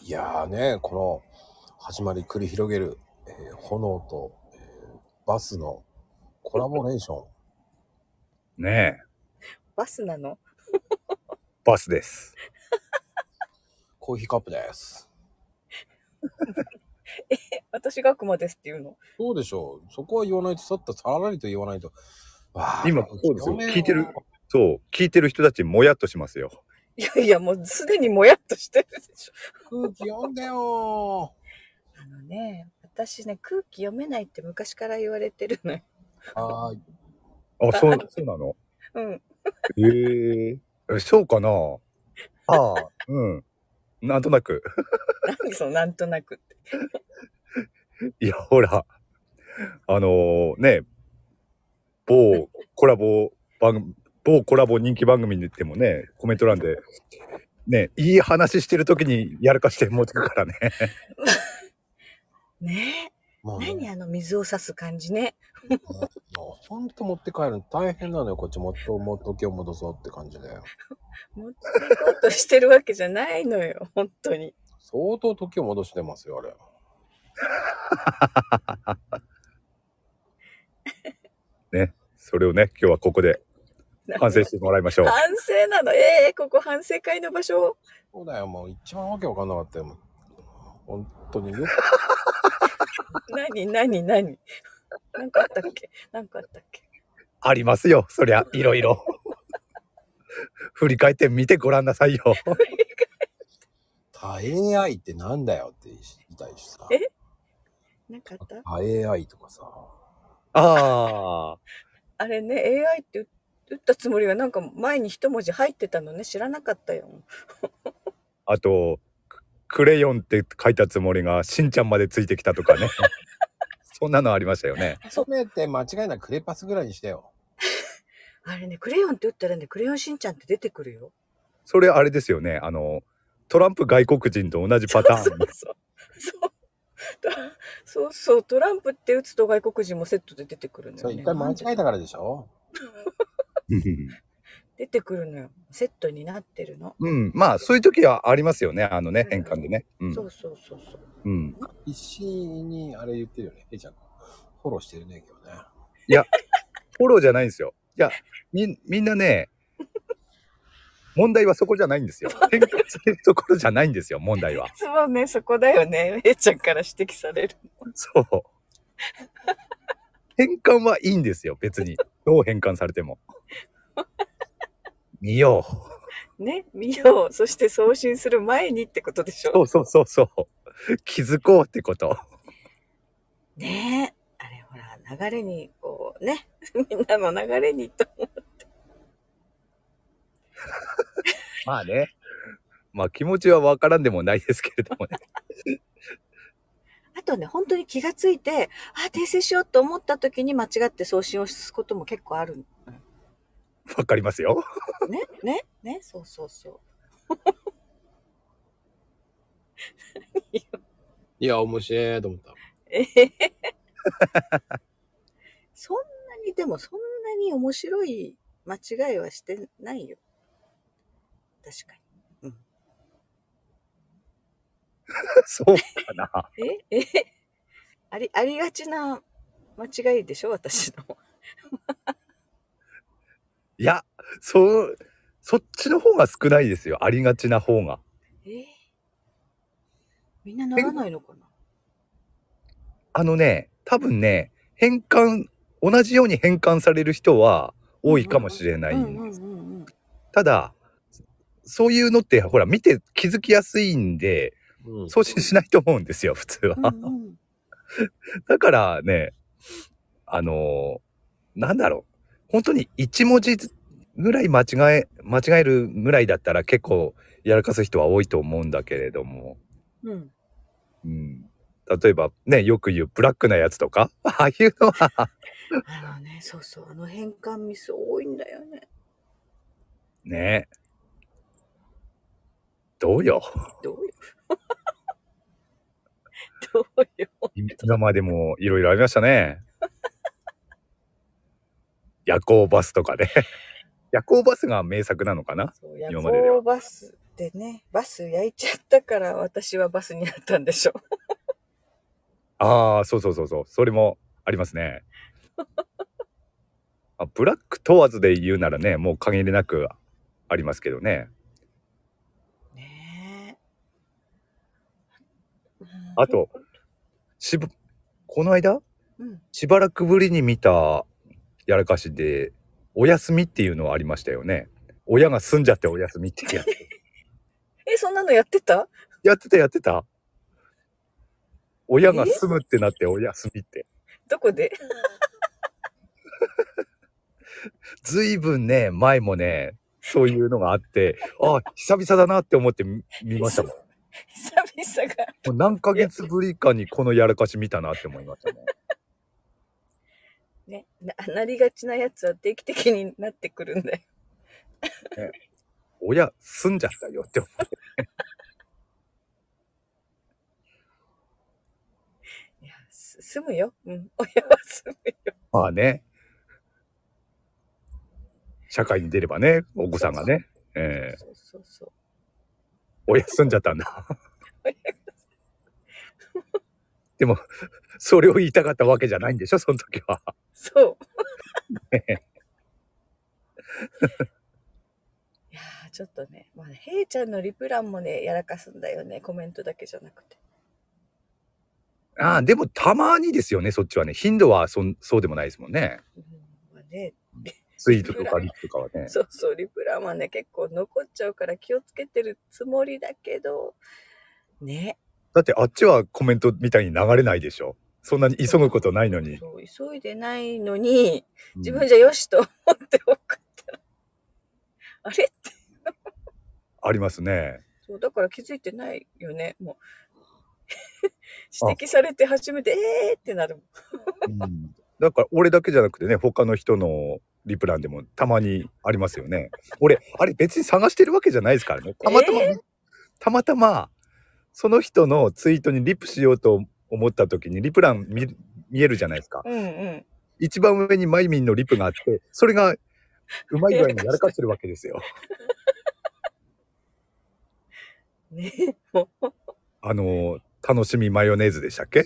いやーね、この始まり繰り広げる、えー炎と、えーバスのコラボレー ション。ねえ、バスなのバスです。コーヒーカップです。私が熊ですっていうの。どうでしょうそこは言わないと、さっとさらりと言わないと。わー今そうですごよめん聞いてるそう、聞いてる人たちもやっとしますよ。いやいや、もうすでにもやっとしてるでしょ。空気読んでよあのね、私ね、空気読めないって昔から言われてるのよ。ー。はーい。あ、そう、そうなの うん。へええ。そうかなああ、うん。なんとなく。何そのなんとなくって。いや、ほら、あのーね、某コラボ番、某コラボ人気番組に行ってもね、コメント欄で、ね、いい話してる時にやらかして持ってくからね。ねもえ、うね、何あの水を差す感じね。もうほんと持って帰るの大変なのよ。こっちもっと、もっと今日戻そうって感じだよ。持っていこうとしてるわけじゃないのよ、本当に。相当時を戻してますよ、あれ。それをね、今日はここで反省してもらいましょう反。省なの。ええここ反省会の場所。そうだよ、もう一番わけわかんなかったよ。もう本当によく何何何なんかあったっけなんかあったっけありますよ、そりゃ、いろいろ。 振り返ってみてごらんなさい よ。多栄愛ってなんだよって言いたいしさ。えなんかあった多栄愛とかさ。ああ。あれね、AI って打ったつもりがなんか前に一文字入ってたのね、知らなかったよ。あと、ククレヨンって書いたつもりが、しんちゃんまでついてきたとか ね。そんなのありましたよね。そうめて間違いなくクレパスぐらいにしてよ。あれね、クレヨンって打ったらね、クレヨンしんちゃんって出てくるよ。それあれですよね。あの、トランプ外国人と同じパター そうン。そうそう。 とそうそう、トランプって打つと外国人もセットで出てくるのそれよ、ね一。回間違えなんでたからでしょ出てくるのよ。セットになってるの。うん。まあ、そういう時はありますよね。あのねう、ん変換でね。うんそうそうそうそう。うん。必死にあれ言ってるよね。えちゃん。フォローしてるね、今日ね。フォローじゃないんですよ。いや、み、みんな ね、問題はそこじゃないんですよ。変換するところじゃないんですよ、問題は。そうね、そこだよね。えいちゃんから指摘される。そう。変換はいいんですよ、別に。どう変換されても。見よう。ね、見よう。そして送信する前にってことでしそょ。うそうそうそう。気づこうってこと。ねえ。あれほら、流れに、こうね、 みんなの流れにと。まあね。まあ気持ちはわからんでもないですけれどもね。あとね、本当に気がついて、あ、訂正しようと思った時に間違って送信をすことも結構あるの。わかりますよ。ね、ね、ね、そうそうそう。いや、面白いと思った。えへへ そんなに、でもそんなに面白い間違いはしてないよ。確かそうかな。に。ええあり、ありがちな間違いでしょ私の。いや、そう、そっちの方が少ないですよ。ありがちな方が。 えみんなならないのかなあのね、多分ね、変換、同じように変換される人は多いかもしれない。うんうんうんうん。ただ、そういうのって、ほら、見て気づきやすいんで、うん。送信しないと思うんですよ、普通は。うんうんだからね、あのーなんだろう。本当に1文字ぐらい間違え、間違えるぐらいだったら結構やらかす人は多いと思うんだけれども。うん。うん例えばね、よく言うブラックなやつとか、 ああいうのは、あのね、そうそう、あの変換ミス多いんだよね。ね。どうよ。どうよ。 どうよ。今までもいろいろありましたね。 夜行バスとかね。夜行バスが名作なのかなそう今まででは夜行バス。でね、バス焼いちゃったから私はバスになったんでしょう。ああ、そうそうそうそう。それもありますね。 あブラック問わずで言うならね、もう限りなくありますけどね。ねえ。うんあ、と、しぶこの間、うん、しばらくぶりに見たやらかしで、お休みっていうのはありましたよね。親が住んじゃってお休みってやつ。え、そんなのやってたやってたやってた親が住むってなってお休みって。どこでずいぶんね、前もね、そういうのがあって、あ、久々だなって思って見見ましたもん。も久々が。う何ヶ月ぶりかにこのやらかし見たなって思いましたね。ね、ななりがちなやつは定期的になってくるんだよ。親、住んじゃったよって思って。いや、す住むよ。うん。親は住むよ。まあね。社会に出ればね、お子さんがね、えー、そうそうそう。親住んじゃったんだ。でも、それを言いたかったわけじゃないんでしょ、その時は。 そう。いやーちょっとね、まあね、へいちゃんのリプランもね、やらかすんだよね、コメントだけじゃなくて。ああ、でもたまにですよね、そっちはね。頻度はそんそうでもないですもんね。うんまあね、ツイートとかリップとかはね。そうそう、リプランはね、結構残っちゃうから気をつけてるつもりだけど、ね。だってあっちはコメントみたいに流れないでしょ。そんなに急ぐことないのに。そう、急いでないのに、自分じゃよしと思って送ったら、あれって。ありますね。そう、だから気づいてないよね、 もう。指摘されて初めて、えーってなるもん。だから俺だけじゃなくてね、他の人のリプランでもたまにありますよね。俺、あれ別に探してるわけじゃないですからね。たまたま、えたまたま、その人のツイートにリプしようと思った時にリプラン見見えるじゃないですか。うんうん。一番上にマイミンのリプがあって、それがうまい具合にやらかしてるわけです よ。ね、 もう、あの、楽しみマヨネーズでしたっけ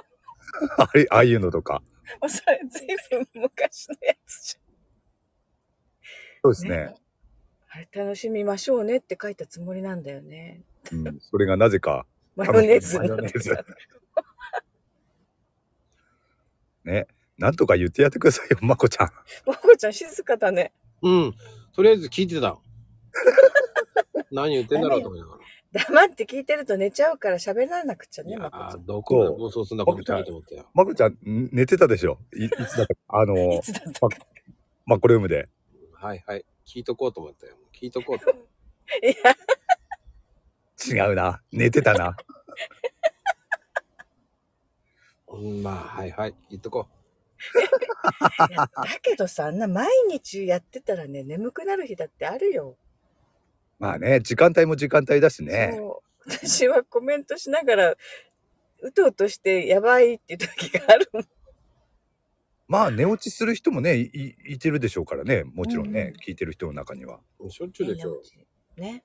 あれああいうのとか。もうそれずいぶん昔のやつじそうですゃん。ね。あれ楽しみましょうねって書いたつもりなんだよね。うん、それがなぜか、マヨネーズマにヨなネってーたズ。なんとか言ってやってくださいよ、まこちゃん。もこちゃん静かだね。うん。とりあえず聞いて た。何言ってんだろうと思いながら。黙って聞いてると寝ちゃうから喋らなくちゃいね、やまこちゃーん。どこが妄想すんだこの人と思って。まこちゃん、ん寝てたでしょいいつだったか。あのいー、つだったか。マコルームで。はいはい。聞いとこうと思ったよ。聞いとこうと。いや、違うな。寝てたな。うん、まあ、はいはい。言っとこいやだけどさ、あんな毎日やってたらね、眠くなる日だってあるよ。まあね、時間帯も時間帯だしね。そう私はコメントしながら、うとうとしてやばいっていう時があるもん。まあ、寝落ちする人もね、いいいてるでしょうからね。もちろんね、う聞いてる人の中には。う。しょっちゅうでしょ。ね。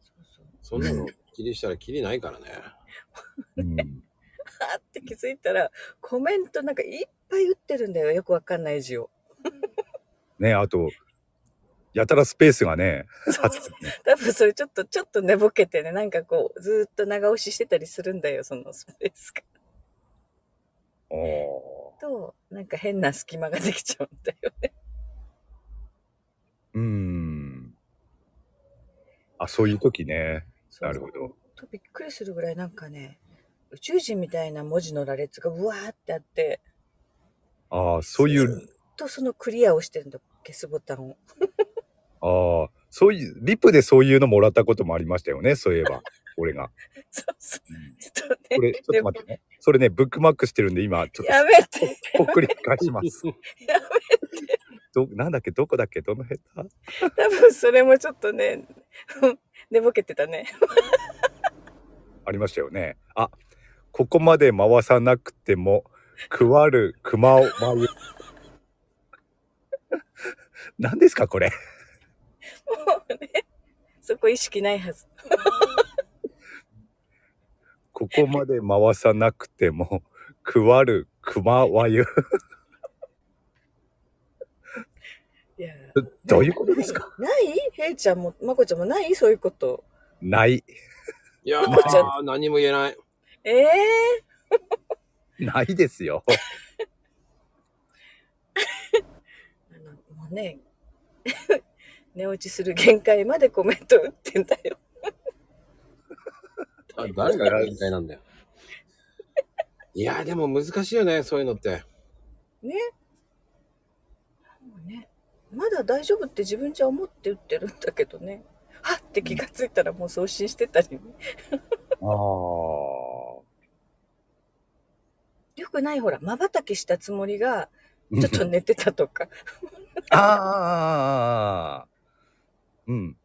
そうそう。そんなの気にしたらキリないから ね。うんあーって気づいたら、コメントなんかいっぱい打ってるんだよ。よくわかんない字を。ね、あと、やたらスペースがね、あって多分それちょっと、ちょっと寝ぼけてね、なんかこう、ずーっと長押ししてたりするんだよ、そのスペースが。あーと、なんか変な隙間ができちゃうんだよね。うーん。あ、そういう時ね。なるほど。とびっくりするぐらいなんかね、宇宙人みたいな文字の羅列がうわーってあって、ああ、そういずう、っとそのクリアをしてるんだ、消すボタンを。ああ、そういう、リプでそういうのもらったこともありましたよね、そういえ ば。俺が。 そうそう。ちょっとこね。れ、ちょっと待ってね。それね、ブックマークしてるんで、今、ちょっやめて、と、ほっくり返します。やめて。ど、なんだっけ、どこだっけ、どの辺だ多分それもちょっとね、 うん寝ぼけてたね。ありましたよね。あ、ここまで回さなくても、くわる熊を舞 う。何ですか、これ。もうね、そこ意識ないはず。ここまで回さなくても、 くわる、くまわゆ。いや どういうことですかないへいちゃんも、まこちゃんもないそういうこと。 ない。 い やまこちゃんー、何も言えない。ええないですよ。あのもうね、 寝落ちする限界までコメント打ってんだよ。あ誰が限界なんだよ。 いやー、でも難しいよね、そういうのって。ね。もうね、まだ大丈夫って自分じゃ思って打ってるんだけどね。はっって気がついたらもう送信してたりね、 ああ。よくないほら、瞬きしたつもりが、ちょっと寝てた とか。ああ。うん。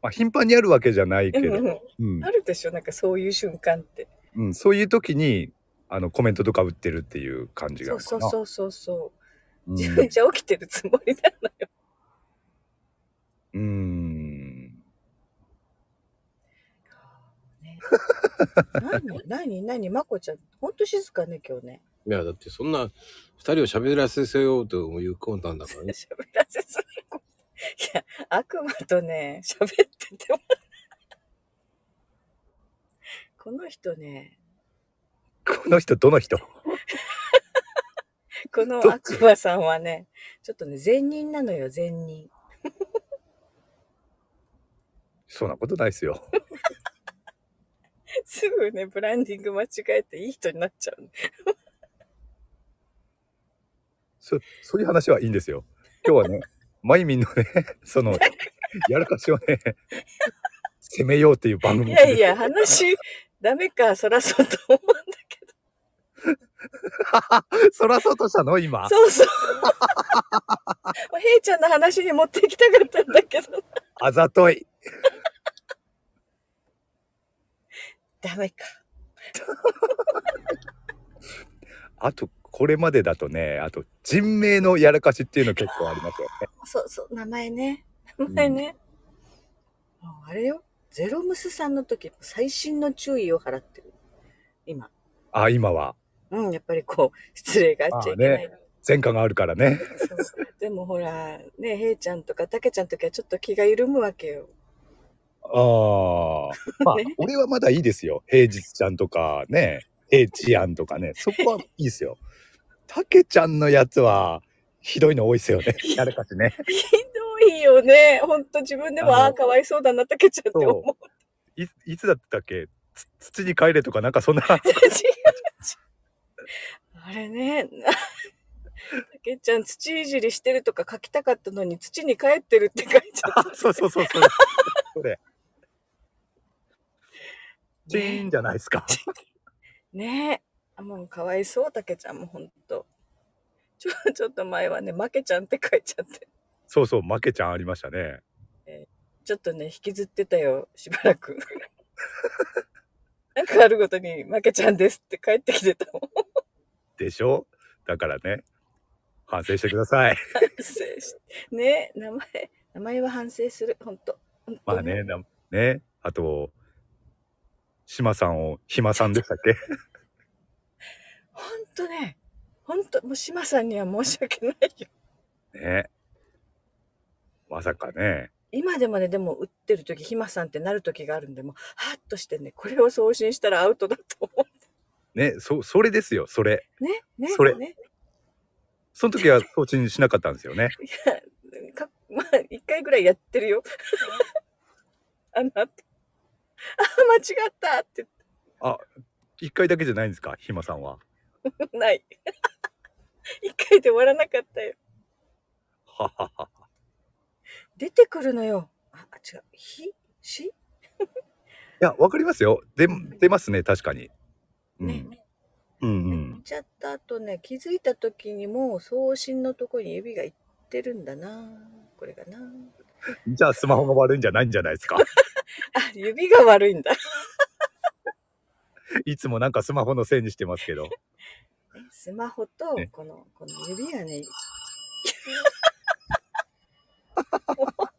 まあ、頻繁にあるわけじゃないけうんど、うんうんあるでしょなんかそういう瞬間って。うん、そういう時に、あの、コメントとか打ってるっていう感じがそうそうそうそうそう。う自ん分じゃ起きてるつもりなのよ。うん。ね何 何何まこちゃん、ほんと静かね、今日ね。いや、だってそんな、二人を喋らせようというコンタんだからね。喋らせすぎる。いや、悪魔とね、喋ってても。この人ね、この人、どの人このどっ悪魔さんはね、ちょっとね、善人なのよ、善人。そんなことないですよ。すぐね、ブランディング間違えていい人になっちゃうの。そそういう話はいいんですよ。今 日はね、マイミンのね、その、やらかしをね、攻めようっていう番組いですやいや、 話、ダメか、そらそうと思うんだけど。そらそうとしたの今。そう そう。もうヘイちゃんの話に持っていきたかったんだけど。あざとい。ダメか。あと、これまでだとね、あと、人名のやらかしっていうの結構ありますよね。そうそう、名前ね。名前ね。もうあれよ。ゼロムスさんの時、最新の注意を払ってる。今。あ、今は。うん、やっぱりこう、失礼があっちゃいけない。前科があるからね。そうでもほら、ね、ヘイちゃんとかタケちゃんの時はちょっと気が緩むわけよ。ああ。まあ、ね俺はまだいいですよ。平日ちゃんとかね、平地案とかね、そこはいい ですよ。たけちゃんのやつは、ひどいの多いですよね。やらかしね。ひどいよね。ほんと自分でも、あのああー、かわいそうだな、タケちゃんって思う。いいつだったっけつ土に帰れとかなんかそんな違う違う。 あれね、 なタケちゃん土いじりしてるとか書きたかったのに土に帰ってるって書いちゃった。そうそうそうそれそれチーンじゃないですか ねえ。もうかわいそう、たけちゃんもほんと。ちょ、ちょっと前はね、負けちゃんって書いちゃって。そうそう負けちゃんありましたねちょっとね、引きずってたよ、しば らく。なんかあるごとに、負けちゃんですって帰ってきてたもん。でしょだからね反省してください反省し ねえ、名前、名前は反省する、ほんと。ほんとまあ。ねなねあと島さんを暇さんでしたっけほんとね、ほんと、もう島さんには申し訳ないよ。ねまさかね今でもね、でも打ってる時、ひまさんってなる時があるんで、もう、はーっとしてね、これを送信したらアウトだと思ねそそれですよそれう。ね、ね、それね。その時は送信しなかったんですよねいや、か まあ、一回ぐらいやってるよ。 あの後、あ、間違ったって一回だけじゃないんですか暇さんは言ってない。 一回で終わらなかったよ。ははは出てくるのよ。あ、あ違う。ひ、し、いや、わかりますよ。で、出ますね、確かに。うん。ね、うんう言っん。ちゃった後ね、気づいた時にもう送信のとこに指がいってるんだな。これがな。じゃあ、スマホが悪いんじゃないんじゃないですか。 あ、指が悪いんだ。いつもなんかスマホのせいにしてますけど。スマホとね、この、この指がね。もう